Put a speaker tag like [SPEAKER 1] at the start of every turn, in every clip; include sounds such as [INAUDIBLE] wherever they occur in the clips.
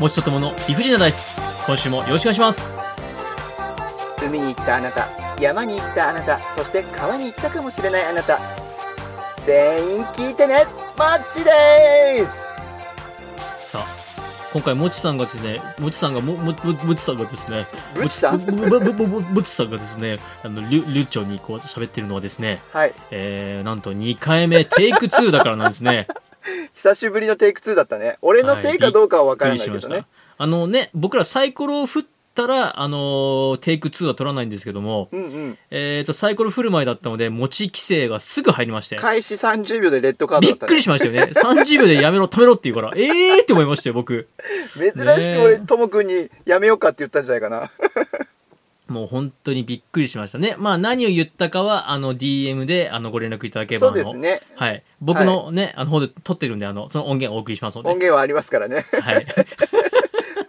[SPEAKER 1] もちとともの理不尽なダイス今週もよろしくお願いします
[SPEAKER 2] 海に行ったあなた山に行ったあなたそして川に行ったかもしれないあなた全員聞いてねマッチです
[SPEAKER 1] さあ今回もちさんがですねもちさんがももももちさんがですね
[SPEAKER 2] ブッチさん
[SPEAKER 1] ももももももちさんがですねあのりゅりゅっちょにこう喋ってるのはですね
[SPEAKER 2] はい
[SPEAKER 1] えー、なんと2回目テイク2だからなんです
[SPEAKER 2] [LAUGHS]
[SPEAKER 1] ね
[SPEAKER 2] 久しぶりのテイク2だったね俺のせいかどうかは分からないけどね、
[SPEAKER 1] あのね僕らサイコロを振ったらあのーテイク2は取らないんですけども
[SPEAKER 2] うんうん
[SPEAKER 1] えー、とサイコロ振る舞いだったので持ち規制がすぐ入りまして
[SPEAKER 2] 開始30秒でレッドカード
[SPEAKER 1] び
[SPEAKER 2] だ
[SPEAKER 1] っ
[SPEAKER 2] った
[SPEAKER 1] く
[SPEAKER 2] ね
[SPEAKER 1] りしましたよね。30秒でやめろ、止めろって言うから、えーって思いましたよ、僕。
[SPEAKER 2] 珍しく俺ともくんにやめようかって言ったんじゃないかな
[SPEAKER 1] もう本当にびっくりしましたね。まあ何を言ったかは、あの DM で、あの、ご連絡いただければ、
[SPEAKER 2] そ
[SPEAKER 1] あ
[SPEAKER 2] う
[SPEAKER 1] の
[SPEAKER 2] ですね
[SPEAKER 1] はい。僕のね、あの方で撮ってるんで、あの、その音源をお送りしますの
[SPEAKER 2] 音
[SPEAKER 1] で。
[SPEAKER 2] 源はありますからね [LAUGHS]
[SPEAKER 1] はい。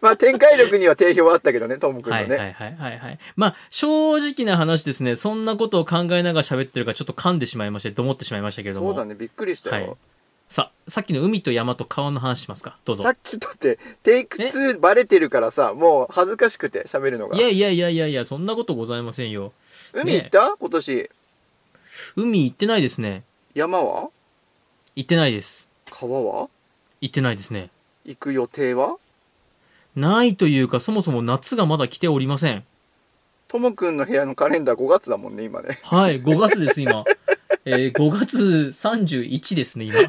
[SPEAKER 2] まあ展開力には定評はあったけどねともくんの
[SPEAKER 1] は
[SPEAKER 2] [LAUGHS] ね、
[SPEAKER 1] いはいはいはいはい。まあ、正直な話ですね、そんなことを考えながら喋ってるから、ちょっと噛んでしまいまして、どもってしまいましたけれども。
[SPEAKER 2] そうだねびっくりしたよ、
[SPEAKER 1] はいさ、さっきの海と山と川の話しますか。どうぞ
[SPEAKER 2] さ。っきだってテイク2バレてるからさもう恥ずかしくて喋るのが
[SPEAKER 1] いやいやいやいやいや、そんなことございませんよ。
[SPEAKER 2] 海行った今年
[SPEAKER 1] 海行ってないですね。
[SPEAKER 2] 山は
[SPEAKER 1] 行ってないです。
[SPEAKER 2] 川は
[SPEAKER 1] 行ってないですね。
[SPEAKER 2] 行く予定は
[SPEAKER 1] ないというか、そもそも夏がまだ来ておりません。
[SPEAKER 2] ともくんの部屋のカレンダー5月だもんね今ね [LAUGHS]
[SPEAKER 1] はい、5月です、今。 [LAUGHS] えー、5月31ですね、今。
[SPEAKER 2] [LAUGHS]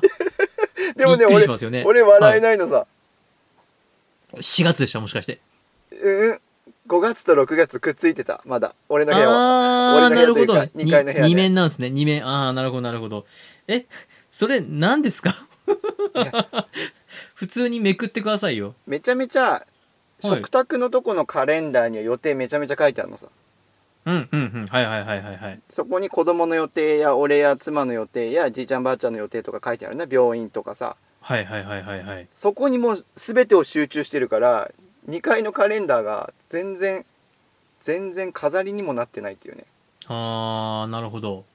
[SPEAKER 2] でも
[SPEAKER 1] び
[SPEAKER 2] ね
[SPEAKER 1] っくり
[SPEAKER 2] 俺
[SPEAKER 1] しますよね。
[SPEAKER 2] 俺笑えないのさ、
[SPEAKER 1] 4月でした、もしかして。
[SPEAKER 2] うん5月と6月くっついてたまだ俺の部屋は
[SPEAKER 1] あー、
[SPEAKER 2] 俺
[SPEAKER 1] な
[SPEAKER 2] の
[SPEAKER 1] る
[SPEAKER 2] 部
[SPEAKER 1] ほ
[SPEAKER 2] 屋とい
[SPEAKER 1] ど
[SPEAKER 2] うか。二階の部屋ね
[SPEAKER 1] 二面なんですね、二面。あー、なるほど、なるほど。え、それ何ですか [LAUGHS] 普通にめくってくださいよ。
[SPEAKER 2] めちゃめちゃ食卓のとこのカレンダーには予定めちゃめちゃ書いてあるのさ
[SPEAKER 1] うん、うん、うん。はいはいはいはいはい。
[SPEAKER 2] そこに子供の予定や俺や妻の予定やじいちゃんばあちゃんの予定とか書いてあるね病院とかさ
[SPEAKER 1] はいはいはいはいはい。
[SPEAKER 2] そこにもう全てを集中してるから2階のカレンダーが全然全然飾りにもなってないっていうね
[SPEAKER 1] あー、なるほど。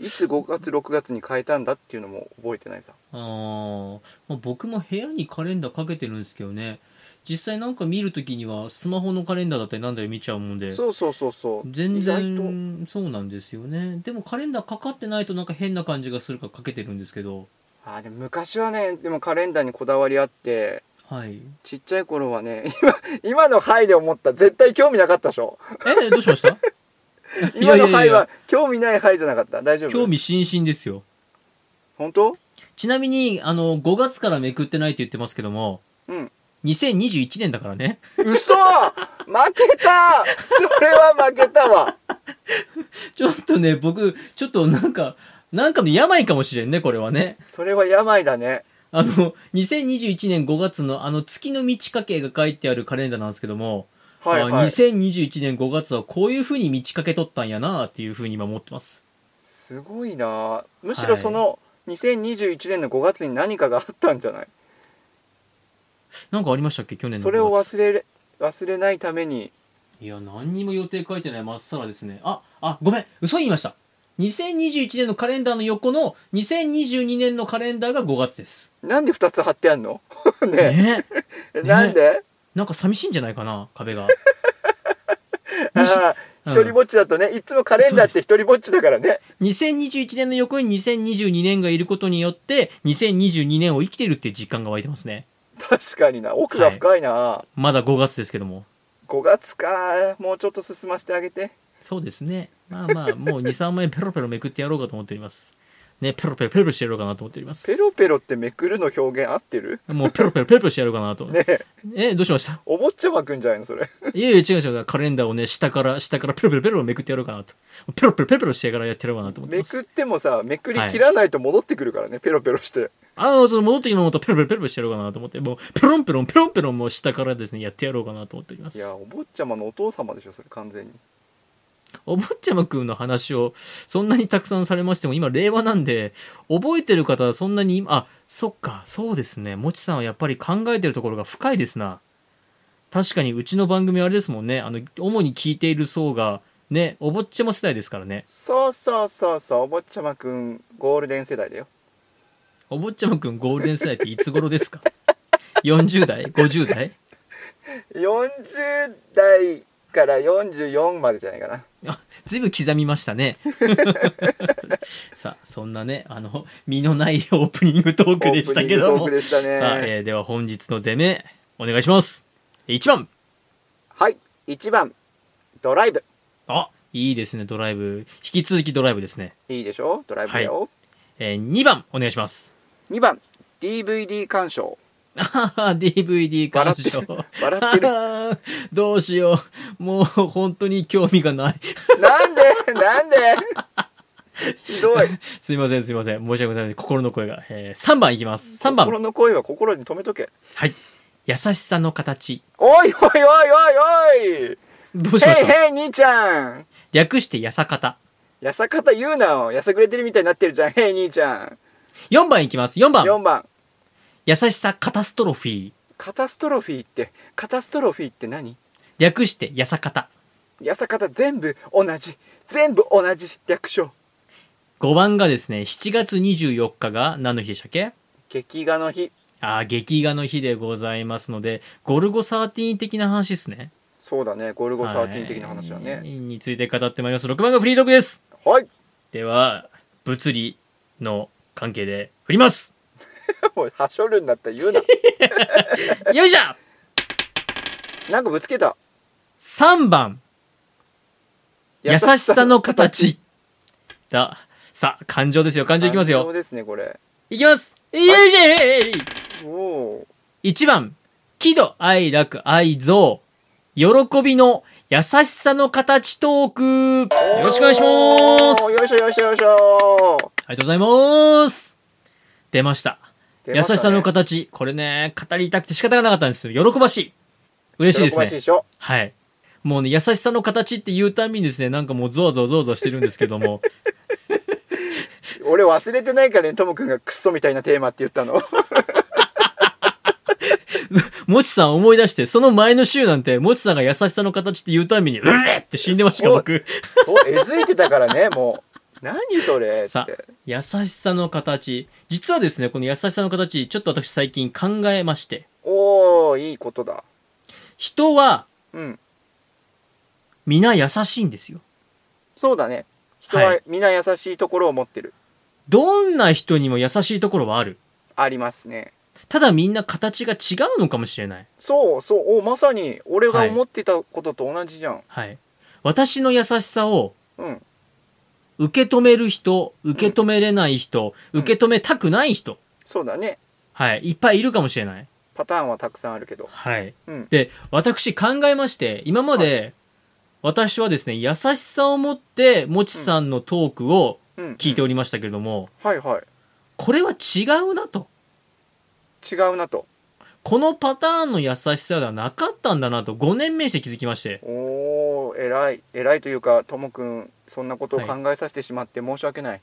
[SPEAKER 2] いつ5月6月に変えたんだっていうのも覚えてないさ
[SPEAKER 1] あーまあ、僕も部屋にカレンダーかけてるんですけどね実際なんか見るときにはスマホのカレンダーだったりなんだり見ちゃうもんで
[SPEAKER 2] そうそうそうそう
[SPEAKER 1] 全
[SPEAKER 2] 意外と
[SPEAKER 1] 然そうなんですよねでもカレンダーかかってないとなんか変な感じがするからかけてるんですけど
[SPEAKER 2] あーでも昔はねでもカレンダーにこだわりあって
[SPEAKER 1] はい
[SPEAKER 2] ちっちゃい頃はね [LAUGHS] 今今の「はい」で思った絶対興味なかったでしょ
[SPEAKER 1] えどうし
[SPEAKER 2] [LAUGHS]
[SPEAKER 1] ました [LAUGHS] いや
[SPEAKER 2] 今
[SPEAKER 1] いや
[SPEAKER 2] の「
[SPEAKER 1] いや
[SPEAKER 2] はい」は興味ない「はい」じゃなかった大丈夫
[SPEAKER 1] 興味津々ですよ
[SPEAKER 2] 本当
[SPEAKER 1] ちなみにあの5月からめくってないって言ってますけども
[SPEAKER 2] うん
[SPEAKER 1] 2021年だからね [LAUGHS]
[SPEAKER 2] 嘘負けたそれは負けたわ
[SPEAKER 1] ちょっとね僕ちょっとなんかなんかの病かもしれんねこれはね
[SPEAKER 2] それは病だね
[SPEAKER 1] あの、2021年5月のあの月の満ち欠けが書いてあるカレンダーなんですけども、
[SPEAKER 2] はい
[SPEAKER 1] あ
[SPEAKER 2] はい
[SPEAKER 1] 2021年5月はこういう風に満ち欠けとったんやなっていう風に今思ってます。
[SPEAKER 2] すごいなむしろその2021年の5月に何かがあったんじゃない
[SPEAKER 1] なんかありましたっけ去年の5月。
[SPEAKER 2] それを忘れれ忘れないために
[SPEAKER 1] いや、何にも予定書いてないまっさらですね。あ、あ、ごめん、嘘言いました。2021年のカレンダーの横の2022年のカレンダーが5月です。
[SPEAKER 2] なんで2つ貼ってあんの [LAUGHS] ね
[SPEAKER 1] ねえ
[SPEAKER 2] えなんで、
[SPEAKER 1] なんか寂しいんじゃないかな壁が。
[SPEAKER 2] [LAUGHS] ああ
[SPEAKER 1] うん
[SPEAKER 2] 一人ぼっちだとね、いつもカレンダーって一人ぼっちだからね [LAUGHS]
[SPEAKER 1] 2021年の横に2022年がいることによって、2022年を生きてるっていう実感が湧いてますね。
[SPEAKER 2] 確かにな奥が深いな、
[SPEAKER 1] まだ5月ですけども。
[SPEAKER 2] 5月かもうちょっと進ませてあげて
[SPEAKER 1] そうですね。まあまあ、もう2、3枚ペロペロめくってやろうかと思っております。ね、ペロペロペロペロしてやろうかなと思っております。
[SPEAKER 2] ペロペロってめくるの表現合ってる
[SPEAKER 1] もうペロペロペロペロしてやろうかなと。
[SPEAKER 2] ねえ
[SPEAKER 1] え、どうしました
[SPEAKER 2] お坊ちゃまくんじゃないのそれ
[SPEAKER 1] いやいや、違う違う。カレンダーをね、下から、下からペロペロペロペロめくってやろうかなと。ペロペロペロペロしてからやってやろうかなと思って
[SPEAKER 2] め
[SPEAKER 1] ま
[SPEAKER 2] くっ
[SPEAKER 1] す。
[SPEAKER 2] てもさめくり切らないと戻ってくるからね、ペロペロして
[SPEAKER 1] ああ、その戻ってきたのもとペロペロペロペロしてやろうかなと思って、もうペロンペロンペロンペロンもう下からですね、やってやろうかなと思っておりま
[SPEAKER 2] い
[SPEAKER 1] す。
[SPEAKER 2] やお坊ちゃまのお父様でしょそれ完全に
[SPEAKER 1] お坊ちゃまくんの話をそんなにたくさんされましても今令和なんで覚えてる方はそんなに今あそっかそうですねもちさんはやっぱり考えてるところが深いですな確かにうちの番組あれですもんねあの主に聞いている層がねお坊ちゃま世代ですからね
[SPEAKER 2] そうそうそうそうお坊ちゃまくんゴールデン世代だよ
[SPEAKER 1] お坊ちゃまくんゴールデン世代っていつ頃ですか [LAUGHS] 40代50代
[SPEAKER 2] 40代から44までじゃないかな
[SPEAKER 1] ずいぶん刻みましたねさあそんなねあの身のないオープニングトークでしたけど
[SPEAKER 2] オー
[SPEAKER 1] も、
[SPEAKER 2] プニングトークでしたね
[SPEAKER 1] さあ、えーでは本日の出目お願いします1番
[SPEAKER 2] はい1番ドライブ
[SPEAKER 1] あいいですねドライブ引き続きドライブですね、
[SPEAKER 2] いいでしょドライブだよ、
[SPEAKER 1] えー、2番お願いします
[SPEAKER 2] 2番 DVD 鑑賞
[SPEAKER 1] あはは DVD 鑑賞
[SPEAKER 2] 笑ってる
[SPEAKER 1] あー [LAUGHS] どうしようもう本当に興味がない
[SPEAKER 2] なんでなんでひどい
[SPEAKER 1] すいませんすいません申し訳ございません心の声が、えー、3番いきます3番
[SPEAKER 2] 心の声は心に留めとけ
[SPEAKER 1] はい優しさの形
[SPEAKER 2] おいおいおいおいおい
[SPEAKER 1] どうしまし
[SPEAKER 2] へい
[SPEAKER 1] た
[SPEAKER 2] へい兄ちゃん
[SPEAKER 1] 略してやさかた。
[SPEAKER 2] やさかた言うなやさぐれてるみたいになってるじゃんへい兄ちゃ
[SPEAKER 1] 4番いきます。4
[SPEAKER 2] ん
[SPEAKER 1] 番。
[SPEAKER 2] 4番
[SPEAKER 1] 優しさカタストロフィー。
[SPEAKER 2] カタストロフィーってカタストロフィーって何
[SPEAKER 1] 略してやさかた。
[SPEAKER 2] やさかた全部同じ全部同じ略称
[SPEAKER 1] 5番がですね、7月24日が何の日でしたっけ
[SPEAKER 2] 劇画の日
[SPEAKER 1] ああ、劇画の日でございますので、ゴルゴ13的な話ですね。
[SPEAKER 2] そうだねゴルゴ13的な話だ
[SPEAKER 1] はい
[SPEAKER 2] ね
[SPEAKER 1] について語ってまいります。6番がフリートークです。
[SPEAKER 2] はい [LAUGHS]
[SPEAKER 1] では、物理の関係で振ります。
[SPEAKER 2] もうはしょるんだったら言
[SPEAKER 1] [LAUGHS]
[SPEAKER 2] うな
[SPEAKER 1] よいしょ
[SPEAKER 2] なんかぶつけた
[SPEAKER 1] !3 番。優しさの形。だ。さあ、感情ですよ。感情いきます
[SPEAKER 2] 感
[SPEAKER 1] よ
[SPEAKER 2] 情。ですねこれ
[SPEAKER 1] いきます。よいしょ
[SPEAKER 2] おお
[SPEAKER 1] 1番、喜怒哀楽愛憎、喜びの優しさの形トーク。よろしくお願いします。
[SPEAKER 2] おー
[SPEAKER 1] あり
[SPEAKER 2] よいしょよいしょよいしょ
[SPEAKER 1] がとうございます。出ました。
[SPEAKER 2] 出
[SPEAKER 1] 優
[SPEAKER 2] またね
[SPEAKER 1] しさの形。これね、語りたくて仕方がなかったんですよ。喜ばしい。嬉しいです
[SPEAKER 2] 喜ばしい
[SPEAKER 1] ね。
[SPEAKER 2] でしょ
[SPEAKER 1] はい。もうね、優しさの形って言うたんびにですね、なんかもうゾワゾワゾワゾワしてるんですけども。 [LAUGHS]
[SPEAKER 2] 俺忘れてないからねともくんがクソみたいなテーマって言っ
[SPEAKER 1] [LAUGHS]
[SPEAKER 2] たの
[SPEAKER 1] もちさん思い出して、その前の週なんて、もちさんが優しさの形って言うたんびに、うれって死んでましたから、僕。
[SPEAKER 2] おえずいてたからねもう何それっ
[SPEAKER 1] さ
[SPEAKER 2] て
[SPEAKER 1] 優しさの形実はですねこの優しさの形ちょっと私最近考えまして
[SPEAKER 2] おおいいことだ
[SPEAKER 1] 人は
[SPEAKER 2] うん
[SPEAKER 1] 皆優しいんですよ
[SPEAKER 2] そうだね人
[SPEAKER 1] は
[SPEAKER 2] はい皆優しいところを持ってる、
[SPEAKER 1] どんな人にも優しいところはある
[SPEAKER 2] ありますね
[SPEAKER 1] ただみんな形が違うのかもしれない
[SPEAKER 2] そうそうおまさに俺が思ってたことと同じじゃん、
[SPEAKER 1] はい私の優しさを
[SPEAKER 2] うん
[SPEAKER 1] 受け止める人受け止めれない人、
[SPEAKER 2] うん
[SPEAKER 1] 受け止めたくない人、
[SPEAKER 2] そうだね
[SPEAKER 1] はいいっぱいいるかもしれない
[SPEAKER 2] パターンはたくさんあるけど
[SPEAKER 1] はい、
[SPEAKER 2] うん
[SPEAKER 1] で私考えまして今まで私はですね優しさを持ってもちさんのトークを、
[SPEAKER 2] うん
[SPEAKER 1] 聞いておりましたけれども、
[SPEAKER 2] はいはい
[SPEAKER 1] これは違うなと。
[SPEAKER 2] 違うなと
[SPEAKER 1] このパターンの優しさではなかったんだなと5年目にして気づきまして。
[SPEAKER 2] おお偉い偉いというかともくんそんなことを考えさせてしまって申し訳ない、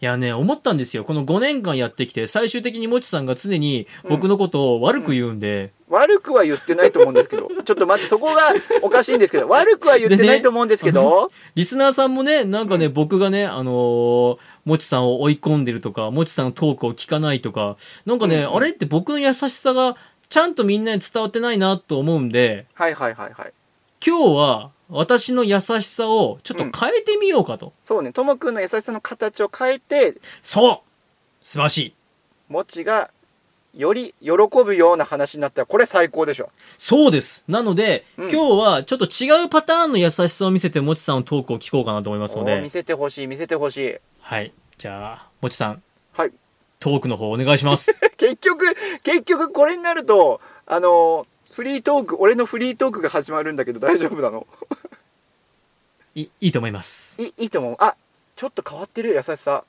[SPEAKER 1] いやね、思ったんですよ。この5年間やってきて、最終的にもちさんが常に僕のことを悪く言うんで、
[SPEAKER 2] 悪くは言ってないと思うんですけど [LAUGHS] ちょっと待ってそこがおかしいんで
[SPEAKER 1] [LAUGHS]
[SPEAKER 2] すけど悪くは言ってないと思うんですけど、
[SPEAKER 1] リスナーさんもね、なんかね、僕がね、あのーもちさんを追い込んでるとか、もちさんのトークを聞かないとか、なんかね、
[SPEAKER 2] うんうん
[SPEAKER 1] あれって僕の優しさがちゃんとみんなに伝わってないなと思うんで、
[SPEAKER 2] はいはいはいはい
[SPEAKER 1] 今日は私の優しさをちょっと変えてみようかと。
[SPEAKER 2] そうねともくんの優しさの形を変えて
[SPEAKER 1] そう素晴らしい
[SPEAKER 2] もちがより喜ぶような話になったらこれ最高でしょ
[SPEAKER 1] そうです。なので、
[SPEAKER 2] うん
[SPEAKER 1] 今日はちょっと違うパターンの優しさを見せて、もちさんのトークを聞こうかなと思いますの
[SPEAKER 2] おー見
[SPEAKER 1] で、
[SPEAKER 2] せてほしい見せてほしい
[SPEAKER 1] はい。じゃあ、もちさん。
[SPEAKER 2] はい。
[SPEAKER 1] トークの方お願いし
[SPEAKER 2] [LAUGHS]
[SPEAKER 1] ます。
[SPEAKER 2] 結局結局これになるとあのフリートーク俺のフリートークが始まるんだけど大丈夫なの
[SPEAKER 1] いいいと思います。 [LAUGHS]
[SPEAKER 2] いいいと思うあちょっと変わってる優しさ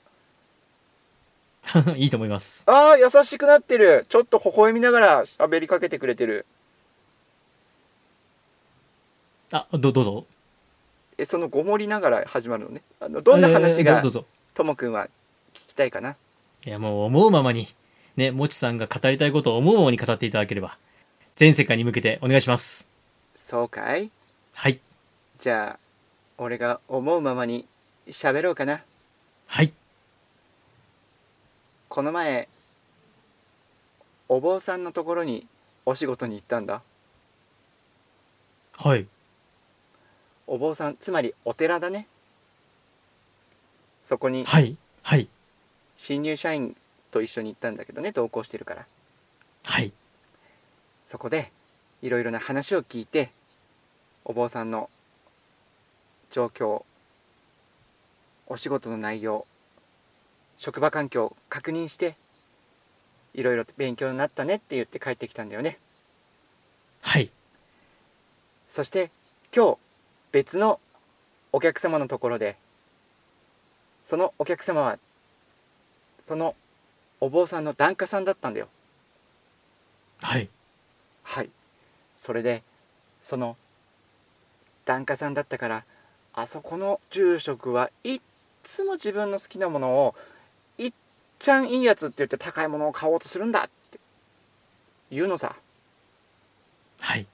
[SPEAKER 1] いいと思います。
[SPEAKER 2] あー優しくなってるちょっと微笑みながら喋りかけてくれてる
[SPEAKER 1] あ、どどうぞ。
[SPEAKER 2] えそのごもりながら始まるのねあのどんな話
[SPEAKER 1] えー
[SPEAKER 2] が
[SPEAKER 1] どうぞ。
[SPEAKER 2] ともくんは聞きたいかない
[SPEAKER 1] や、もう思うままに、ね、もちさんが語りたいことを思うままに語っていただければ、全世界に向けてお願いします。
[SPEAKER 2] そうかい
[SPEAKER 1] はい。
[SPEAKER 2] じゃあ俺が思うままに喋ろうかな
[SPEAKER 1] はい。
[SPEAKER 2] この前お坊さんのところにお仕事に行ったんだ
[SPEAKER 1] はい
[SPEAKER 2] お坊さんつまりお寺だねそこに
[SPEAKER 1] はいはい
[SPEAKER 2] 新入社員と一緒に行ったんだけどね同行してるから
[SPEAKER 1] はい
[SPEAKER 2] そこでいろいろな話を聞いてお坊さんの状況お仕事の内容職場環境を確認していろいろ勉強になったねって言って帰ってきたんだよね
[SPEAKER 1] はい
[SPEAKER 2] そして今日別のお客様のところでそのお客様はそのお坊さんの檀家さんだったんだよ
[SPEAKER 1] はい
[SPEAKER 2] はいそれでその檀家さんだったからあそこの住職はいっつも自分の好きなものをいっちゃんいいやつって言って高いものを買おうとするんだって言うのさ
[SPEAKER 1] はい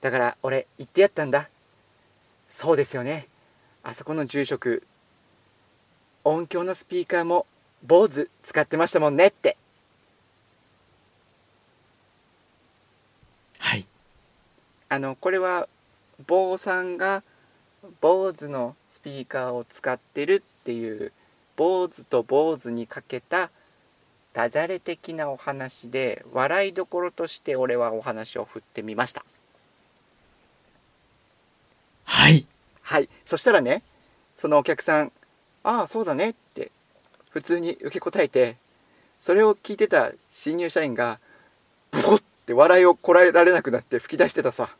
[SPEAKER 2] だから俺言ってやったんだそうですよねあそこの住職音響のスピーカーも坊主使ってましたもんねって
[SPEAKER 1] はい
[SPEAKER 2] あのこれは坊さんが坊主のスピーカーを使ってるっていう坊主と坊主にかけたダジャレ的なお話で笑いどころとして俺はお話を振ってみました
[SPEAKER 1] はい
[SPEAKER 2] はいそしたらねそのお客さん「ああそうだね」って普通に受け答えてそれを聞いてた新入社員がブコッて笑いをこらえられなくなって吹き出してたさ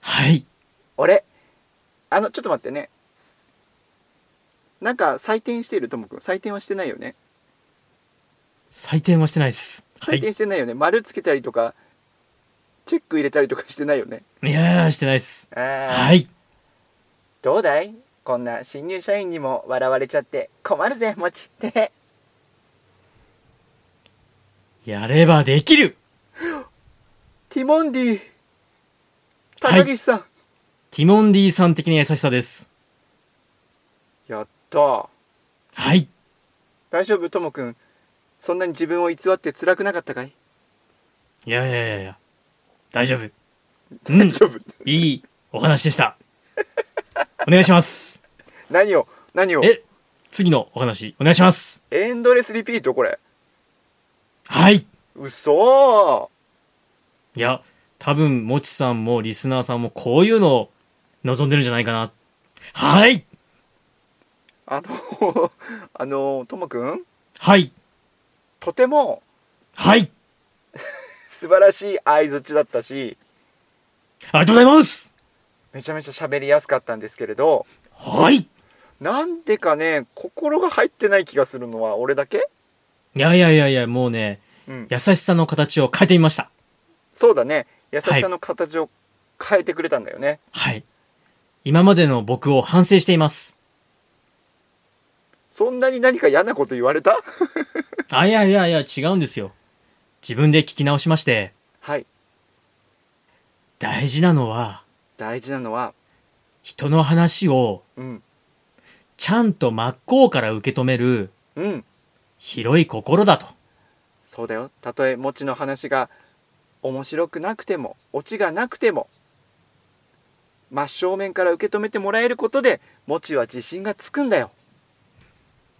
[SPEAKER 1] はい
[SPEAKER 2] 俺あのちょっと待ってねなんか採点しているともくん採点はしてないよね
[SPEAKER 1] 採点はしてないですは
[SPEAKER 2] 採
[SPEAKER 1] い
[SPEAKER 2] 点してないよね、丸つけたりとかチェック入れたりとかしてないよね
[SPEAKER 1] いやーしてないです
[SPEAKER 2] あー
[SPEAKER 1] はい
[SPEAKER 2] どうだいこんな新入社員にも笑われちゃって困るぜもちって
[SPEAKER 1] やればできる
[SPEAKER 2] ティモンディ
[SPEAKER 1] はい
[SPEAKER 2] 高岸さん、
[SPEAKER 1] ティモンディさん的な優しさです
[SPEAKER 2] やった
[SPEAKER 1] はい
[SPEAKER 2] 大丈夫ともくんそんなに自分を偽って辛くなかったかい
[SPEAKER 1] いやいやいやいや大丈夫うん
[SPEAKER 2] 大丈夫
[SPEAKER 1] いいお話でしたお願いします
[SPEAKER 2] 何を何を
[SPEAKER 1] え次のお話お願いします
[SPEAKER 2] エンドレスリピートこれ
[SPEAKER 1] はい
[SPEAKER 2] 嘘
[SPEAKER 1] いや、多分、もちさんもリスナーさんもこういうのを望んでるんじゃないかな。はい
[SPEAKER 2] あの、 [LAUGHS] あの、ともくん、
[SPEAKER 1] はい
[SPEAKER 2] とても
[SPEAKER 1] はい
[SPEAKER 2] 素晴らしい相づちだったし、
[SPEAKER 1] ありがとうございます
[SPEAKER 2] めちゃめちゃ喋りやすかったんですけれど、
[SPEAKER 1] はいい
[SPEAKER 2] なんでかね、心が入ってない気がするのは俺だけ
[SPEAKER 1] やいやいやいや、もうね、
[SPEAKER 2] うん。
[SPEAKER 1] 優しさの形を変えてみました。
[SPEAKER 2] そうだね。優し
[SPEAKER 1] はい
[SPEAKER 2] さの形を変えてくれたんだよね。
[SPEAKER 1] はい。今までの僕を反省しています。
[SPEAKER 2] そんなに何か嫌なこと言われた
[SPEAKER 1] あ、いやいやいや、違うんですよ。自分で聞き直しまして、
[SPEAKER 2] はい。
[SPEAKER 1] 大事なのは、
[SPEAKER 2] 大事なのは、
[SPEAKER 1] 人の話を
[SPEAKER 2] うん。
[SPEAKER 1] ちゃんと真っ向から受け止める
[SPEAKER 2] うん。
[SPEAKER 1] 広い心だと。
[SPEAKER 2] そうだよ。たとえ、もちの話が面白くなくても、オチがなくても、真正面から受け止めてもらえることで、もちは自信がつくんだよ。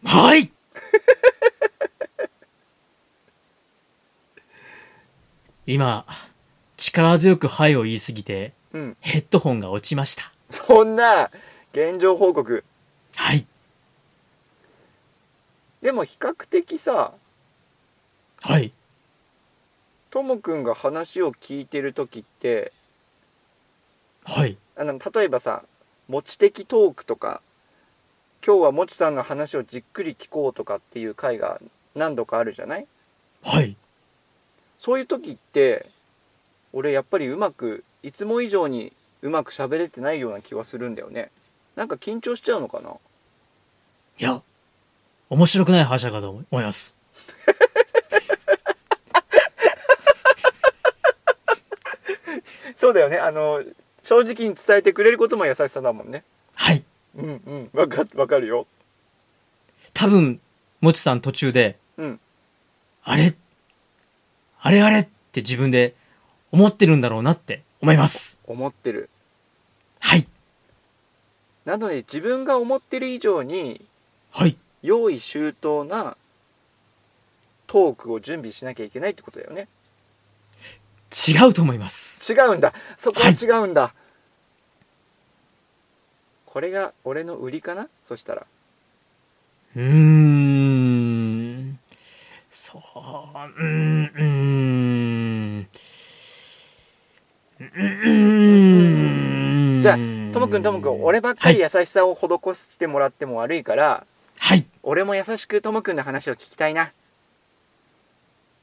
[SPEAKER 1] はい [LAUGHS] 今、力強くはいを言いすぎて、
[SPEAKER 2] うん。
[SPEAKER 1] ヘッドホンが落ちました。
[SPEAKER 2] そんな、現状報告。
[SPEAKER 1] はい。
[SPEAKER 2] でも比較的さ、
[SPEAKER 1] はい。
[SPEAKER 2] ともくんが話を聞いてる時って、
[SPEAKER 1] はい。
[SPEAKER 2] あの、例えばさ、持ち的トークとか、今日はもちさんの話をじっくり聞こうとかっていう回が何度かあるじゃない
[SPEAKER 1] はい。
[SPEAKER 2] そういう時って俺やっぱりうまくいつも以上にうまく喋れてないような気はするんだよねなんか緊張しちゃうのかない
[SPEAKER 1] や、面白くない話だかと思います。
[SPEAKER 2] そうだよねあの正直に伝えてくれることも優しさだもんね
[SPEAKER 1] はい。
[SPEAKER 2] うんうんわかわかるよ
[SPEAKER 1] 多分、もちさん途中で、
[SPEAKER 2] うん
[SPEAKER 1] あれあれあれって自分で思ってるんだろうなって思います。
[SPEAKER 2] 思ってる
[SPEAKER 1] はい。
[SPEAKER 2] なので自分が思ってる以上に
[SPEAKER 1] はい。
[SPEAKER 2] 用意周到なトークを準備しなきゃいけないってことだよね
[SPEAKER 1] 違うと思います。
[SPEAKER 2] 違うんだそこは違うんだ、これが俺の売りかなそしたら
[SPEAKER 1] うーん。そう、うーん、うーん。うーん
[SPEAKER 2] じゃあともくんともくん俺ばっかり
[SPEAKER 1] はい、
[SPEAKER 2] 優しさを施してもらっても悪いから、
[SPEAKER 1] はい
[SPEAKER 2] 俺も優しくともくんの話を聞きたいな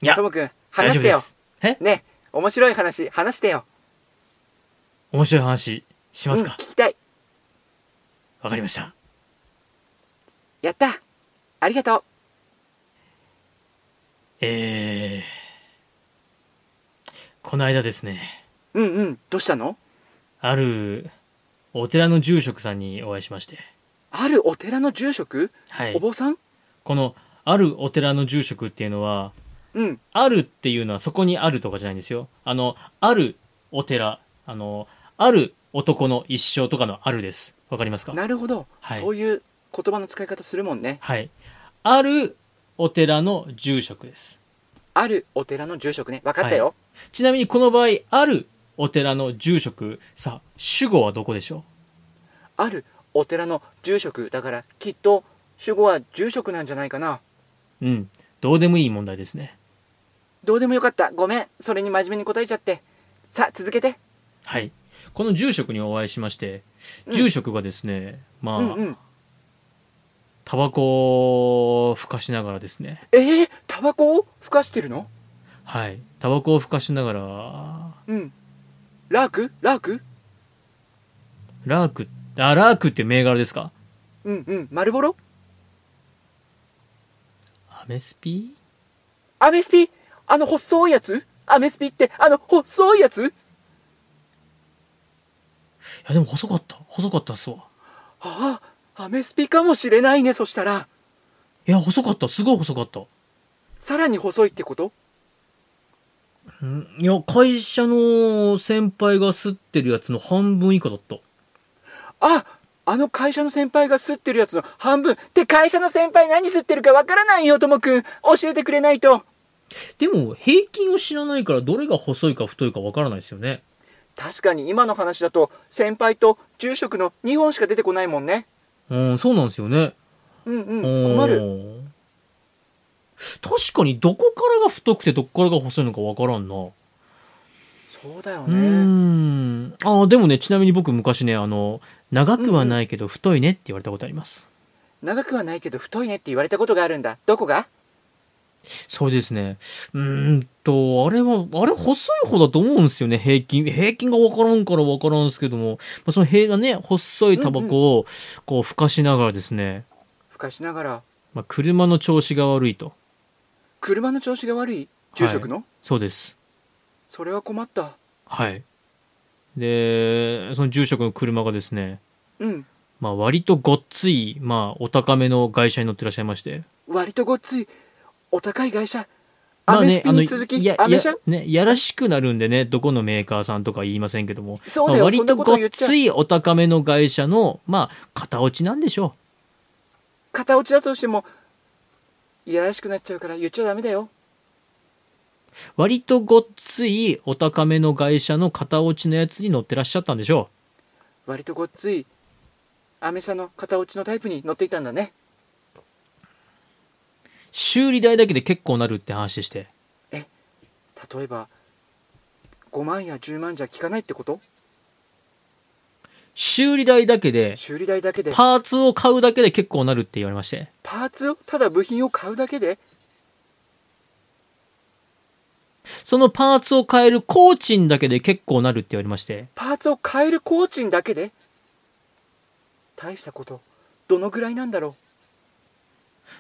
[SPEAKER 2] い
[SPEAKER 1] や
[SPEAKER 2] ともくん
[SPEAKER 1] 大
[SPEAKER 2] 話
[SPEAKER 1] 丈夫
[SPEAKER 2] して
[SPEAKER 1] で
[SPEAKER 2] よ
[SPEAKER 1] すえ
[SPEAKER 2] ね面白い話話してよ
[SPEAKER 1] 面白い話します
[SPEAKER 2] うん、
[SPEAKER 1] か
[SPEAKER 2] 聞きたい
[SPEAKER 1] わ、かりました
[SPEAKER 2] やったありがとう
[SPEAKER 1] えー、この間ですね
[SPEAKER 2] うんうんどうしたの
[SPEAKER 1] あるお寺の住職さんにお会いしまして
[SPEAKER 2] あるお寺の住職、
[SPEAKER 1] は
[SPEAKER 2] お
[SPEAKER 1] い
[SPEAKER 2] 坊さん
[SPEAKER 1] このあるお寺の住職っていうのは
[SPEAKER 2] うん
[SPEAKER 1] あるっていうのはそこにあるとかじゃないんですよ。あの、あるお寺、あの、ある男の一生とかのあるです。わかりますか
[SPEAKER 2] なるほど、
[SPEAKER 1] はい
[SPEAKER 2] そういう言葉の使い方するもんね
[SPEAKER 1] はい。あるお寺の住職です。
[SPEAKER 2] あるお寺の住職ね分かったよ、
[SPEAKER 1] ちなみにこの場合、あるお寺の住職、さあ、主語はどこでしょ
[SPEAKER 2] あるお寺の住職だからきっと主語は住職なんじゃないかな
[SPEAKER 1] ううん。どうでもいい問題ですね。
[SPEAKER 2] どうでもよかったごめんそれに真面目に答えちゃってさあ続けて
[SPEAKER 1] はい。この住職にお会いしまして、
[SPEAKER 2] うん
[SPEAKER 1] 住職がですね、まあ、
[SPEAKER 2] うんうん
[SPEAKER 1] タバコをふかしながらですね、
[SPEAKER 2] えー、タバコをふかしてるの
[SPEAKER 1] はい。タバコをふかしながら、
[SPEAKER 2] うんラークラーク
[SPEAKER 1] ラーク、あ、ラークって銘柄ですか
[SPEAKER 2] うんうん丸ボロ
[SPEAKER 1] アメスピ
[SPEAKER 2] アメスピあの細いやつアメスピってあの細いやつ
[SPEAKER 1] いや、でも細かった。細かったっすわ。
[SPEAKER 2] ああアメスピかもしれないねそしたら
[SPEAKER 1] いや、細かった。すごい細かった。
[SPEAKER 2] さらに細いってこと
[SPEAKER 1] んいや、会社の先輩が吸ってるやつの半分以下だった。
[SPEAKER 2] ああの会社の先輩が吸ってるやつの半分って会社の先輩何吸ってるかわからないよともくん教えてくれないと
[SPEAKER 1] でも、平均を知らないから、どれが細いか太いかわからないですよね。
[SPEAKER 2] 確かに今の話だと先輩と住職の2本しか出てこないもんね
[SPEAKER 1] うん、そうなんですよね。
[SPEAKER 2] うんう
[SPEAKER 1] うん
[SPEAKER 2] ん困る。
[SPEAKER 1] 確かに、どこからが太くて、どこからが細いのかわからんな。
[SPEAKER 2] そうだよ
[SPEAKER 1] うー
[SPEAKER 2] ね
[SPEAKER 1] ん。ああ、でもね、ちなみに僕昔ね、あの、長くはないけど太いねって言われたことあります。
[SPEAKER 2] 長くはないけど太いねって言われたことがあるんだどこが
[SPEAKER 1] そうですね。うーんと、あれは、あれ細い方だと思うんですよね、平均。平均がわからんからわからんですけども、まあ、その平がね、細いタバコを、こう、ふかしながらですね、
[SPEAKER 2] ふかしながら
[SPEAKER 1] まあ、車の調子が悪いと。
[SPEAKER 2] 車の調子が悪い住職の、
[SPEAKER 1] そうです。
[SPEAKER 2] それは困った
[SPEAKER 1] はい。で、その住職の車がですね、
[SPEAKER 2] うん
[SPEAKER 1] まあ、割とごっつい、まあ、お高めの外車に乗ってらっしゃいまして。
[SPEAKER 2] 割とごっついお高い会社
[SPEAKER 1] ま
[SPEAKER 2] ア
[SPEAKER 1] あ
[SPEAKER 2] メ
[SPEAKER 1] ね、
[SPEAKER 2] スピに続き、
[SPEAKER 1] いや
[SPEAKER 2] アメ
[SPEAKER 1] や
[SPEAKER 2] 車
[SPEAKER 1] ね、やらしくなるんでね、どこのメーカーさんとか言いませんけども、
[SPEAKER 2] そう
[SPEAKER 1] ま
[SPEAKER 2] だ
[SPEAKER 1] あ
[SPEAKER 2] よ、そ
[SPEAKER 1] 割
[SPEAKER 2] んな
[SPEAKER 1] と
[SPEAKER 2] こ
[SPEAKER 1] ご
[SPEAKER 2] と
[SPEAKER 1] っ
[SPEAKER 2] 言っちゃう
[SPEAKER 1] ついお高めの会社の、まあ、型落ちなんでしょ
[SPEAKER 2] 片落ちだとしてもいやらしくなっちゃうから言っちゃダメだよ
[SPEAKER 1] う。割とごっついお高めの会社の型落ちのやつに乗ってらっしゃったんでしょ
[SPEAKER 2] 割とごっついアメ車の片落ちのタイプに乗っていたんだね
[SPEAKER 1] う。修理代だけで結構なるって話でして。
[SPEAKER 2] 例えば5万や10万じゃ効かないってこと
[SPEAKER 1] 修理代だけで、
[SPEAKER 2] 修理代だけで
[SPEAKER 1] パーツを買うだけで結構なるって言われまして。
[SPEAKER 2] パーツをただ部品を買うだけで
[SPEAKER 1] そのパーツを買える工賃だけで結構なるって言われまして。
[SPEAKER 2] パーツを買える工賃だけで大したことどのぐらいなんだろ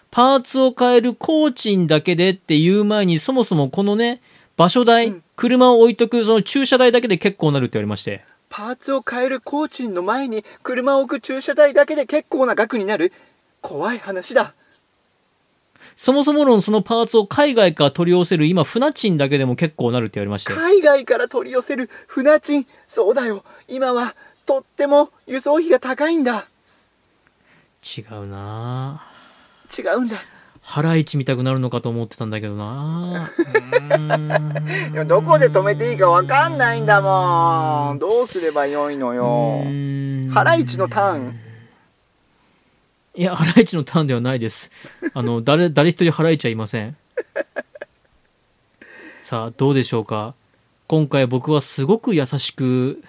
[SPEAKER 1] パーツを変える工賃だけでっていう前に、そもそもこのね、場所代、
[SPEAKER 2] うん
[SPEAKER 1] 車を置いとく、その駐車代だけで結構なるって言われまして。
[SPEAKER 2] うパーツを買える工賃の前に車を置く駐車代だけで結構な額になる怖い話だ
[SPEAKER 1] そもそも論そのパーツを海外から取り寄せる今船賃だけでも結構なるって言われまして
[SPEAKER 2] 海外から取り寄せる船賃そうだよ今はとっても輸送費が高いんだ
[SPEAKER 1] 違うなぁ
[SPEAKER 2] 違うんだ
[SPEAKER 1] ハライチ見たくなるのかと思ってたんだけど
[SPEAKER 2] [LAUGHS]
[SPEAKER 1] なぁ
[SPEAKER 2] でもどこで止めていいかわかんないんだもんどうすればよいのよハライチのターン
[SPEAKER 1] いや、ハライチのターンではないです。あの、誰、誰一人ハライチはいませ
[SPEAKER 2] [LAUGHS]
[SPEAKER 1] ん。さあ、どうでしょうか。今回僕はすごく優しく、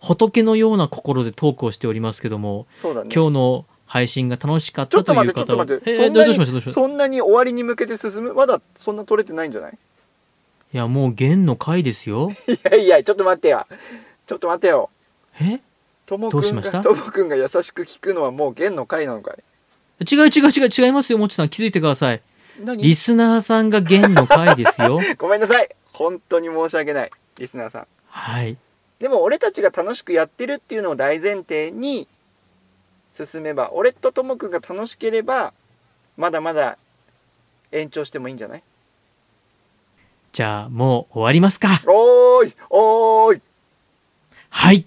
[SPEAKER 1] 仏のような心でトークをしておりますけども、
[SPEAKER 2] そうだね
[SPEAKER 1] 今日の配信が楽しかっ
[SPEAKER 2] ちょったと
[SPEAKER 1] とい
[SPEAKER 2] 待
[SPEAKER 1] う
[SPEAKER 2] ってちょっ
[SPEAKER 1] 方
[SPEAKER 2] と
[SPEAKER 1] は、
[SPEAKER 2] 待って、
[SPEAKER 1] え
[SPEAKER 2] そ
[SPEAKER 1] え
[SPEAKER 2] ん
[SPEAKER 1] ど
[SPEAKER 2] な
[SPEAKER 1] うしまし
[SPEAKER 2] に
[SPEAKER 1] たどうしました
[SPEAKER 2] そんなに終わりに向けて進むまだそんな取れてないんじゃない
[SPEAKER 1] いや、もう弦の回ですよ。
[SPEAKER 2] いやいやちょっと待ってよちょっと待ってよ
[SPEAKER 1] え
[SPEAKER 2] とも
[SPEAKER 1] ど
[SPEAKER 2] く
[SPEAKER 1] うし
[SPEAKER 2] ん
[SPEAKER 1] ました
[SPEAKER 2] がともくんが優しく聞くのはもう弦の回なのかい
[SPEAKER 1] 違う違う違う違いますよ、もちさん。気づいてください。リ
[SPEAKER 2] 何
[SPEAKER 1] スナーさんが弦の回です
[SPEAKER 2] [LAUGHS]
[SPEAKER 1] よ。
[SPEAKER 2] ごめんなさい本当に申し訳ないリスナーさん
[SPEAKER 1] はい。
[SPEAKER 2] でも俺たちが楽しくやってるっていうのを大前提に進めば俺とともくんが楽しければまだまだ延長してもいいんじゃない
[SPEAKER 1] じゃあ、もう終わりますか。
[SPEAKER 2] おーいおーい
[SPEAKER 1] はい。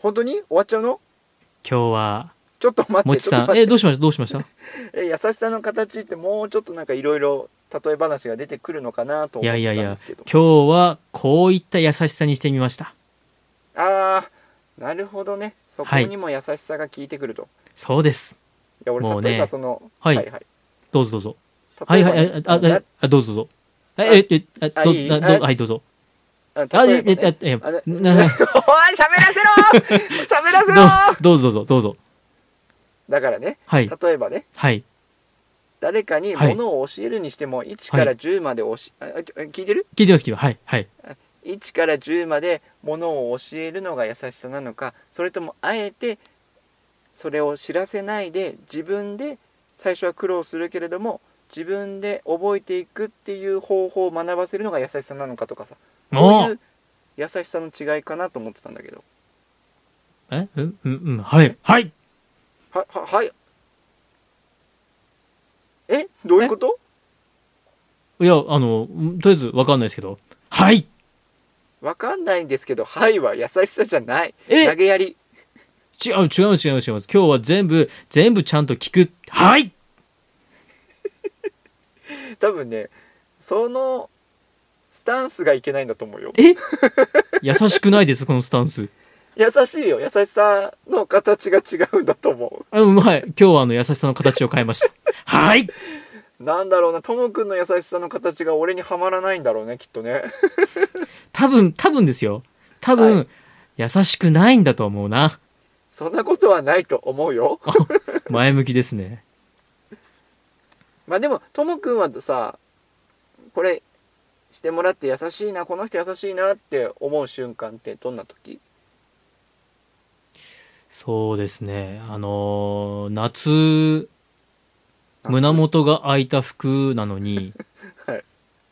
[SPEAKER 2] 本当に終わっちゃうの
[SPEAKER 1] 今日は、
[SPEAKER 2] ちょっと待っ
[SPEAKER 1] も
[SPEAKER 2] て
[SPEAKER 1] ち
[SPEAKER 2] ちょっ
[SPEAKER 1] さ
[SPEAKER 2] と
[SPEAKER 1] ん、
[SPEAKER 2] 待
[SPEAKER 1] え、
[SPEAKER 2] って
[SPEAKER 1] どうしましたどうしました
[SPEAKER 2] え優しさの形ってもうちょっとなんかいろいろ例え話が出てくるのかなと
[SPEAKER 1] い
[SPEAKER 2] 思
[SPEAKER 1] や
[SPEAKER 2] ったん
[SPEAKER 1] いやいや
[SPEAKER 2] ですけど、
[SPEAKER 1] 今日はこういった優しさにしてみました。
[SPEAKER 2] あーなるほどねそこ
[SPEAKER 1] はい
[SPEAKER 2] にも優しさが効いてくると、
[SPEAKER 1] そうです。
[SPEAKER 2] い
[SPEAKER 1] も
[SPEAKER 2] や
[SPEAKER 1] う
[SPEAKER 2] 俺
[SPEAKER 1] ね
[SPEAKER 2] 例えばその、
[SPEAKER 1] はい
[SPEAKER 2] はいはい
[SPEAKER 1] どうぞどうぞ。は
[SPEAKER 2] 例
[SPEAKER 1] い
[SPEAKER 2] えば
[SPEAKER 1] はい、
[SPEAKER 2] ね
[SPEAKER 1] あ、あ
[SPEAKER 2] な
[SPEAKER 1] あ、あ、どうぞどうぞ。え、え、え、あ
[SPEAKER 2] あ
[SPEAKER 1] ど、
[SPEAKER 2] いい
[SPEAKER 1] な
[SPEAKER 2] あ
[SPEAKER 1] ど、はい、どうぞ。
[SPEAKER 2] あ
[SPEAKER 1] あ、
[SPEAKER 2] 例え
[SPEAKER 1] え、
[SPEAKER 2] ば
[SPEAKER 1] え
[SPEAKER 2] ね、
[SPEAKER 1] え、え、
[SPEAKER 2] あれ
[SPEAKER 1] な
[SPEAKER 2] [LAUGHS] おい喋ら
[SPEAKER 1] [LAUGHS]
[SPEAKER 2] せろ喋らせろ
[SPEAKER 1] どうぞどうぞ、どうぞ。
[SPEAKER 2] だからね
[SPEAKER 1] はい、
[SPEAKER 2] 例えばね
[SPEAKER 1] はい。
[SPEAKER 2] 誰かに
[SPEAKER 1] はい
[SPEAKER 2] ものを教えるにしても1から10まで教え、あちょ聞いてる
[SPEAKER 1] 聞いてます、聞いてます。はい、はい。
[SPEAKER 2] 1から10までものを教えるのが優しさなのかそれともあえてそれを知らせないで自分で最初は苦労するけれども自分で覚えていくっていう方法を学ばせるのが優しさなのかとかさそう
[SPEAKER 1] も
[SPEAKER 2] い
[SPEAKER 1] う
[SPEAKER 2] う優しさの違いかなと思ってたんだけど
[SPEAKER 1] え、うん、うん、うん、はい、はい。
[SPEAKER 2] はははいえどういうこと
[SPEAKER 1] いや、あの、うんとりあえずわかんないですけど。はい
[SPEAKER 2] わかんないんですけど「はい」は優しさじゃない
[SPEAKER 1] え
[SPEAKER 2] 投げやり
[SPEAKER 1] 違う、違う、違う、違う。違う今日は全部、全部ちゃんと聞く。はい
[SPEAKER 2] 多分ねそのスタンスがいけないんだと思うよ
[SPEAKER 1] え優しくないです、このスタンス。
[SPEAKER 2] 優しいよ優しさの形が違うんだと思
[SPEAKER 1] あうまい。今日はあの優しさの形を変えました。 [LAUGHS] はい。
[SPEAKER 2] うなんだろうなともくんの優しさの形が俺にはまらないんだろうねきっとね [LAUGHS]
[SPEAKER 1] 多分、多分ですよ。多分、優しくないんだと思うな。
[SPEAKER 2] そんなことはないと思うよ
[SPEAKER 1] 前向きですね。
[SPEAKER 2] まあでもともくんはさこれしてもらって優しいなこの人優しいなって思う瞬間ってどんな時
[SPEAKER 1] そうですね。あのー夏、胸元が開いた服なの [LAUGHS] に、
[SPEAKER 2] はい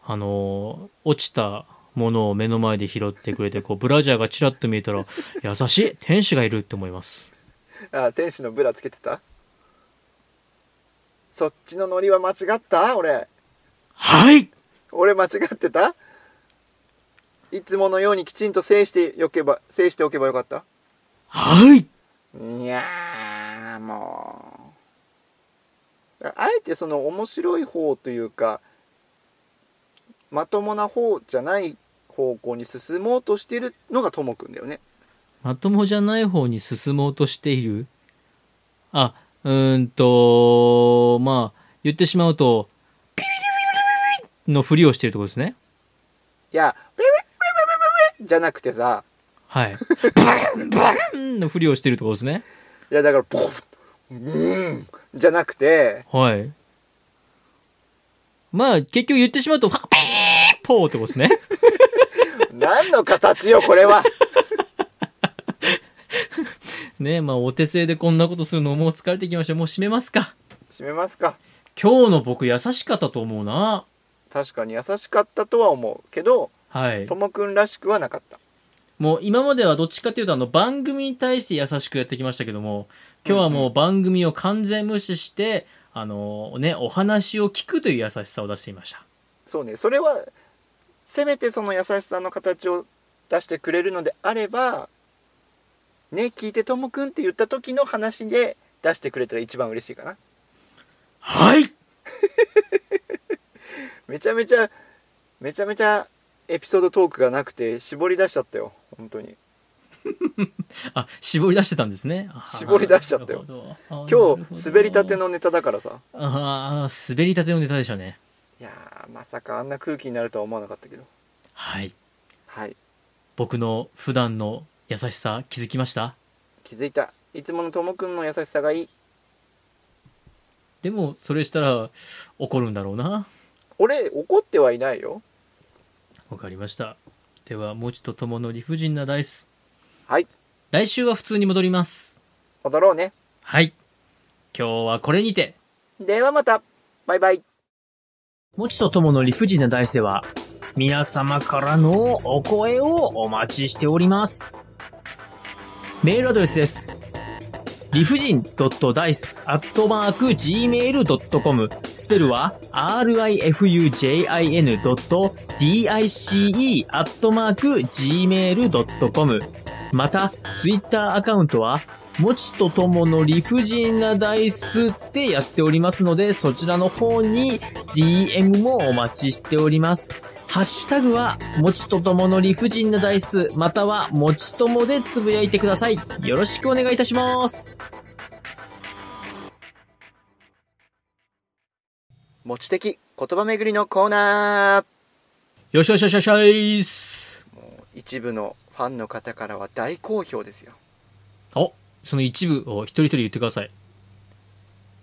[SPEAKER 1] あのー落ちたものを目の前で拾ってくれて、こう、ブラジャーがちらっと見えたら、優しい天使がいるって思います。
[SPEAKER 2] あ天使のブラつけてたそっちのノリは間違った俺
[SPEAKER 1] はい
[SPEAKER 2] 俺間違ってたいつものようにきちんと制しておけば制しておけばよかった
[SPEAKER 1] はい
[SPEAKER 2] いやーもうあえてその面白い方というかまともな方じゃない方向に進もうとしてるのがともくんだよね
[SPEAKER 1] まともじゃない方に進もうとしているあ、うーんと、まあ、言ってしまうと、ピリピリピリピリのふりをしているところですね。
[SPEAKER 2] いやペペペペペペじゃなくてさ
[SPEAKER 1] はい。バルンバルンのふりをしているところですね。
[SPEAKER 2] いやだからポンうんじゃなくて
[SPEAKER 1] はい。まあ、結局言ってしまうと、はピーポーってことですね。
[SPEAKER 2] 何の形よこれは
[SPEAKER 1] ねえまあ、お手製でこんなことするのもう疲れてきました。もう閉めますか。
[SPEAKER 2] 閉めますか
[SPEAKER 1] 今日の僕優しかったと思うな。
[SPEAKER 2] 確かに優しかったとは思うけど
[SPEAKER 1] はい
[SPEAKER 2] と。もくんらしくはなかった
[SPEAKER 1] もう今まではどっちかというとあの番組に対して優しくやってきましたけども今日はもう番組を完全無視して、あのね、お話を聞くという優しさを出していました。
[SPEAKER 2] そうねそれはせめてその優しさの形を出してくれるのであれば「ね聞いてともくん」って言った時の話で出してくれたら一番嬉しいかな
[SPEAKER 1] はい
[SPEAKER 2] めちゃめちゃめちゃめちゃエピソードトークがなくて絞り出しちゃったよ本当に
[SPEAKER 1] あ、絞り出してたんですね。あ
[SPEAKER 2] 絞り出しちゃったよ。
[SPEAKER 1] 今
[SPEAKER 2] 今日滑りたて
[SPEAKER 1] の。
[SPEAKER 2] のネタだからさ
[SPEAKER 1] ああ、滑りたてのネタでしたね。
[SPEAKER 2] いやーまさかあんな空気になるとは思わなかったけど
[SPEAKER 1] はい。
[SPEAKER 2] はい
[SPEAKER 1] 僕の普段の優しさ気づきました
[SPEAKER 2] 気づいたいつものともくんの優しさがいい
[SPEAKER 1] でも、それしたら怒るんだろうな。
[SPEAKER 2] 俺怒ってはいないよ
[SPEAKER 1] わかりました。では、もちとともの理不尽なダイス。
[SPEAKER 2] はい。
[SPEAKER 1] 来週は普通に戻ります。
[SPEAKER 2] 踊ろうね
[SPEAKER 1] はい。今日はこれにて。
[SPEAKER 2] ではまたバイバイ
[SPEAKER 1] もちとともの理不尽な大世は、皆様からのお声をお待ちしております。メールアドレスです。理不尽 d i c e g m a i l c o m スペルは rifujin. d i c e g m a i l c o m また、ツイッターアカウントは、もちとともの理不尽なダイスってやっておりますので、そちらの方に DM もお待ちしております。ハッシュタグは、もちとともの理不尽なダイス、または、もちともでつぶやいてください。よろしくお願いいたします。
[SPEAKER 2] 持ち的言葉巡りのコーナ
[SPEAKER 1] よしよしよしよしよいっす。
[SPEAKER 2] ー一部のファンの方からは大好評ですよ
[SPEAKER 1] お、その一部を一人一人言ってください。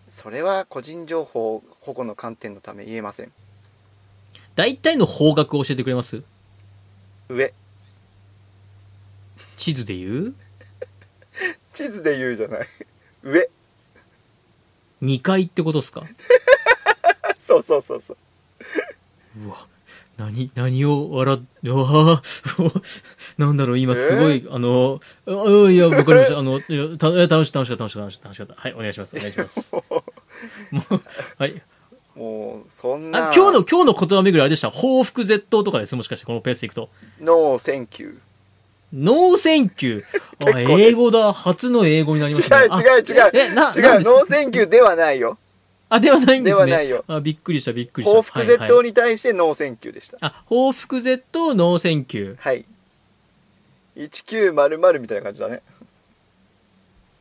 [SPEAKER 2] それは個人情報保護の観点のため言えません
[SPEAKER 1] 大体の方角を教えてくれます
[SPEAKER 2] 上
[SPEAKER 1] 地図で言う
[SPEAKER 2] 地図で言うじゃない上
[SPEAKER 1] ?2 階ってことですか
[SPEAKER 2] そうそうそうそう
[SPEAKER 1] うわ、何、何を笑っ、うわぁなんだろう、今すごい、あの、あいや、わかりました。あの、いやた楽しかった、楽しかった、楽しかった、楽しかった。はい、お願いします、お願いします。もう、はい。
[SPEAKER 2] もうそんな
[SPEAKER 1] あ、今日の、今日の言葉巡りあれでした。報復絶倒とかです、もしかして、このペースでいくと。
[SPEAKER 2] ノーセンキュー
[SPEAKER 1] ノーセンキュー。あ、
[SPEAKER 2] 結構です
[SPEAKER 1] 英語だ。初の英語になりましたね。あ
[SPEAKER 2] 違う違う違う
[SPEAKER 1] え、な、
[SPEAKER 2] 違う
[SPEAKER 1] なんです
[SPEAKER 2] ノーセンキューではないよ
[SPEAKER 1] あ、ではないんですね。
[SPEAKER 2] ではないよ
[SPEAKER 1] あ、びっくりした、びっくりした。
[SPEAKER 2] 報復絶
[SPEAKER 1] はいは
[SPEAKER 2] 倒
[SPEAKER 1] い
[SPEAKER 2] に対してノーセンキューでした
[SPEAKER 1] あ、報復絶倒、ノーセンキュー。
[SPEAKER 2] はい1900みたいな感じだね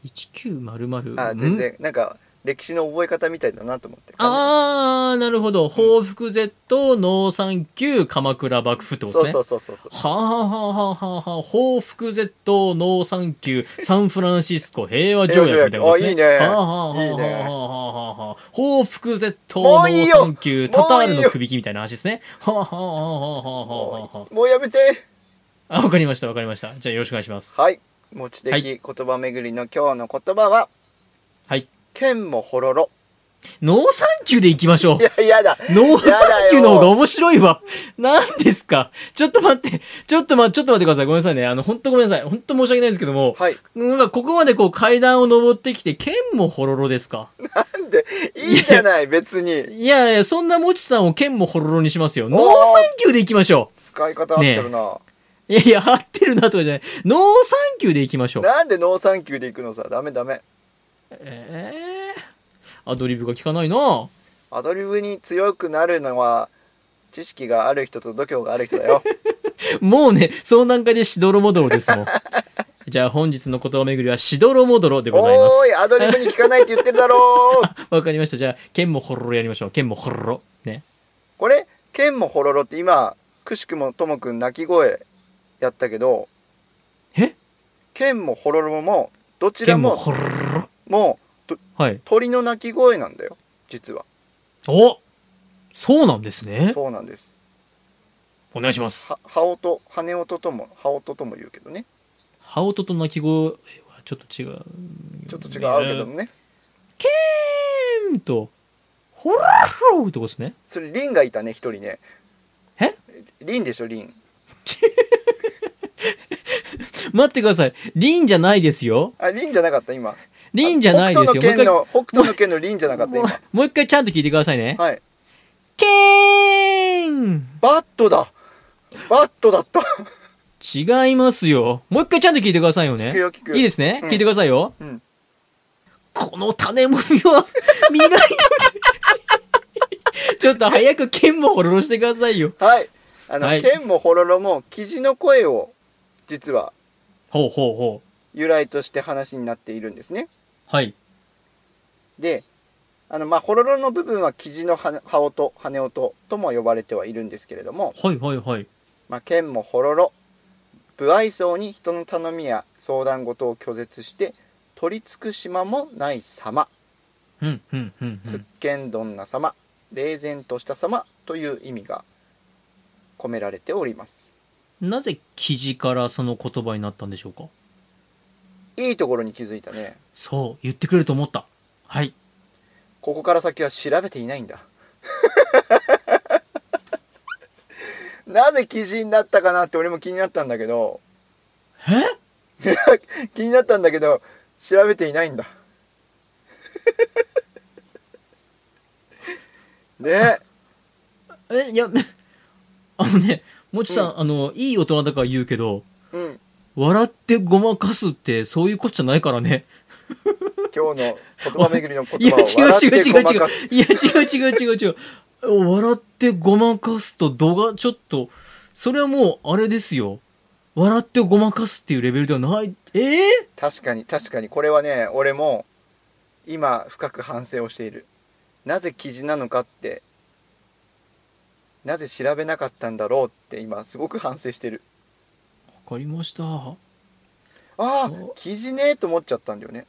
[SPEAKER 1] 1900。
[SPEAKER 2] あ
[SPEAKER 1] う
[SPEAKER 2] 全
[SPEAKER 1] ん
[SPEAKER 2] 然なんか歴史の覚え方みたいだなと思って
[SPEAKER 1] あー、なるほど。報復 Z、農産級、鎌倉幕府ってこと
[SPEAKER 2] そう
[SPEAKER 1] です
[SPEAKER 2] そ
[SPEAKER 1] ね。
[SPEAKER 2] うそうそうそう
[SPEAKER 1] はあはあはあはあはあ、報復 Z、農産級、サンフランシスコ平和条約みたいなことですね。
[SPEAKER 2] 平和条約あいいね
[SPEAKER 1] はあはあはあ
[SPEAKER 2] いいね
[SPEAKER 1] はあはあはあ。報復 Z、
[SPEAKER 2] もうい
[SPEAKER 1] 農
[SPEAKER 2] いよ
[SPEAKER 1] 産級、タタール
[SPEAKER 2] もういい
[SPEAKER 1] の
[SPEAKER 2] よ
[SPEAKER 1] 首切りみたいな話ですね。はあはあはあはあはあは
[SPEAKER 2] もうもうやめて
[SPEAKER 1] あ。あ、わかりましたわかりました。じゃあよろしくお願いします。
[SPEAKER 2] はい持ち
[SPEAKER 1] は
[SPEAKER 2] 的言葉巡りの今日の言葉は
[SPEAKER 1] はい。
[SPEAKER 2] 剣もほろろ
[SPEAKER 1] 農産級で行きましょう
[SPEAKER 2] い。やいやだ
[SPEAKER 1] ノーサンキューの方が面白いわ。何ですかちょっと待って、ちょっとま、ちょっと待ってください。ごめんなさいね。あの、本当ごめんなさい。本当申し訳ないんですけども、
[SPEAKER 2] はい
[SPEAKER 1] なんかここまでこう階段を登ってきて、剣もほろろですか
[SPEAKER 2] なんでいいじゃない別に
[SPEAKER 1] いやいや、そんなもちさんを剣もほろろにしますよ。ノーサンキューで行きましょ
[SPEAKER 2] 使い方合ってるな、
[SPEAKER 1] う。いやいや、合ってるなとかじゃない。ノーサンキューで行きましょう。
[SPEAKER 2] なんでノーサンキューで行くのさダメダメ
[SPEAKER 1] えー、アドリブが効かないな
[SPEAKER 2] アドリブに強くなるのは知識がある人と度胸がある人だよ
[SPEAKER 1] もうね、その段階でしどろもどろですも
[SPEAKER 2] [LAUGHS]
[SPEAKER 1] ん。じゃあ本日の言葉巡りはしどろもどろで
[SPEAKER 2] お
[SPEAKER 1] ございます。
[SPEAKER 2] ーいアドリブに聞かないって言ってるだろ
[SPEAKER 1] [LAUGHS]
[SPEAKER 2] う
[SPEAKER 1] わかりました。じゃあ、剣もほろろやりましょう。剣もほろろ。ね。
[SPEAKER 2] これ剣もほろろって今くしくもともくん泣き声やったけど
[SPEAKER 1] え
[SPEAKER 2] 剣もほろろもどちら
[SPEAKER 1] 剣も
[SPEAKER 2] も
[SPEAKER 1] ほろろ。
[SPEAKER 2] もう
[SPEAKER 1] はい。
[SPEAKER 2] 鳥の鳴き声なんだよ実は
[SPEAKER 1] おそうなんですね。
[SPEAKER 2] そうなんです
[SPEAKER 1] お願いします。
[SPEAKER 2] は羽音羽音とも羽音とも言うけどね
[SPEAKER 1] 羽音と鳴き声はちょっと違う。
[SPEAKER 2] ちょっと違う合うけどもね
[SPEAKER 1] けーんと、ほらほろってことですね。
[SPEAKER 2] それリンがいたね一人ね
[SPEAKER 1] え
[SPEAKER 2] リンでしょリン
[SPEAKER 1] 待ってください。リンじゃないですよ。
[SPEAKER 2] あリンじゃなかった今
[SPEAKER 1] 凛じゃないですよ。も
[SPEAKER 2] 北
[SPEAKER 1] う一回、
[SPEAKER 2] 斗の剣
[SPEAKER 1] も
[SPEAKER 2] の北斗の剣の凛じゃなかった今
[SPEAKER 1] う一回ちゃんと聞いてくださいね。
[SPEAKER 2] はい
[SPEAKER 1] けーん
[SPEAKER 2] バットだバットだった
[SPEAKER 1] 違いますよ。もう一回ちゃんと聞いてくださいよね。
[SPEAKER 2] 聞くよ聞く
[SPEAKER 1] いいですね、
[SPEAKER 2] うん
[SPEAKER 1] 聞いてくださいよ。
[SPEAKER 2] うん
[SPEAKER 1] この種もみは磨いて。 [LAUGHS] ちょっと早く剣もほろろしてくださいよ。
[SPEAKER 2] はいあの、
[SPEAKER 1] はい
[SPEAKER 2] 剣もほろろもキジの声を実は
[SPEAKER 1] ほうほうほ
[SPEAKER 2] 由来として話になっているんですね
[SPEAKER 1] う。はい。
[SPEAKER 2] であのまあほろろの部分はキジの羽羽音羽音とも呼ばれてはいるんですけれども、
[SPEAKER 1] はいはいはい。
[SPEAKER 2] まあ、剣もほろろ不愛想に人の頼みや相談事を拒絶して取りつく島もない様
[SPEAKER 1] うんうんうん、う
[SPEAKER 2] つっ
[SPEAKER 1] ん。
[SPEAKER 2] けんどんな様霊然とした様という意味が込められております
[SPEAKER 1] なぜ記事からその言葉になったんでしょうか
[SPEAKER 2] いいところに気づいたね
[SPEAKER 1] そう、言ってくれると思った。はい。
[SPEAKER 2] ここから先は調べていないんだ [LAUGHS] なぜ記事になったかなって俺も気になったんだけど
[SPEAKER 1] え
[SPEAKER 2] [LAUGHS] 気になったんだけど調べていない
[SPEAKER 1] [LAUGHS]
[SPEAKER 2] んだね
[SPEAKER 1] え、いや、 [LAUGHS] あのね、もちさん、あの、いい大人だから言うけど、
[SPEAKER 2] うん
[SPEAKER 1] 笑ってごまかすってそういうことじゃないからね。
[SPEAKER 2] 今日の言葉巡りの
[SPEAKER 1] い
[SPEAKER 2] 言
[SPEAKER 1] や
[SPEAKER 2] 葉を
[SPEAKER 1] 違う
[SPEAKER 2] 笑
[SPEAKER 1] 違
[SPEAKER 2] っ
[SPEAKER 1] う
[SPEAKER 2] て
[SPEAKER 1] 違
[SPEAKER 2] ご
[SPEAKER 1] う
[SPEAKER 2] ま
[SPEAKER 1] 違
[SPEAKER 2] か
[SPEAKER 1] う
[SPEAKER 2] す。
[SPEAKER 1] いや違う違う違う違う。笑ってごまかすと度がちょっと、それはもうあれですよ。笑ってごまかすっていうレベルではない。えー、
[SPEAKER 2] 確かに確かにこれはね俺も今深く反省をしているなぜ記事なのかってなぜ調べなかったんだろうって今すごく反省してる
[SPEAKER 1] わかりました。あそ
[SPEAKER 2] ああ
[SPEAKER 1] う
[SPEAKER 2] 記事ねーと思っちゃったんだよね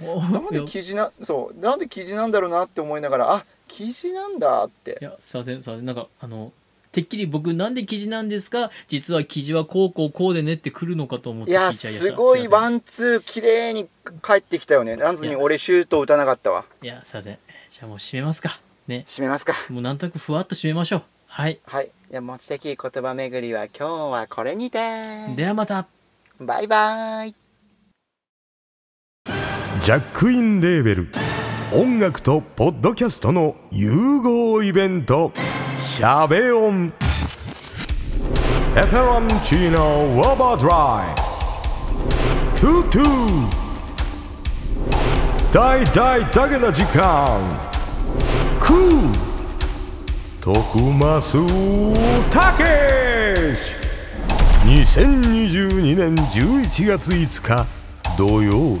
[SPEAKER 2] なん
[SPEAKER 1] いや
[SPEAKER 2] で記事なそうなんで記事なんだろうなって思いながらあ記事なんだって
[SPEAKER 1] いやすいませんすいませんなんかあのてっきり僕なんで記事なんですか実は記事はこうこうこうでねってくるのかと思っ
[SPEAKER 2] い
[SPEAKER 1] て聞
[SPEAKER 2] や
[SPEAKER 1] いちゃいました
[SPEAKER 2] すごいワ
[SPEAKER 1] ン
[SPEAKER 2] ンツー綺麗に帰ってきたよねなんずに俺シュート打たなかったわ
[SPEAKER 1] いやすいませんじゃあもう締めますかね
[SPEAKER 2] 閉めますか
[SPEAKER 1] もうなんとなくふわっと締めましょうはい
[SPEAKER 2] はいじゃあ持ち的言葉巡りは今日はこれにて
[SPEAKER 1] ではまた
[SPEAKER 2] バイバイ
[SPEAKER 3] ジャックインレーベル音楽とポッドキャストの融合イベント「シャベオン」「エフェロンチーノウォーバードライ」「トゥトゥ」「大大だけな時間」「クー」「徳マスたけし」2022年11月5日土曜日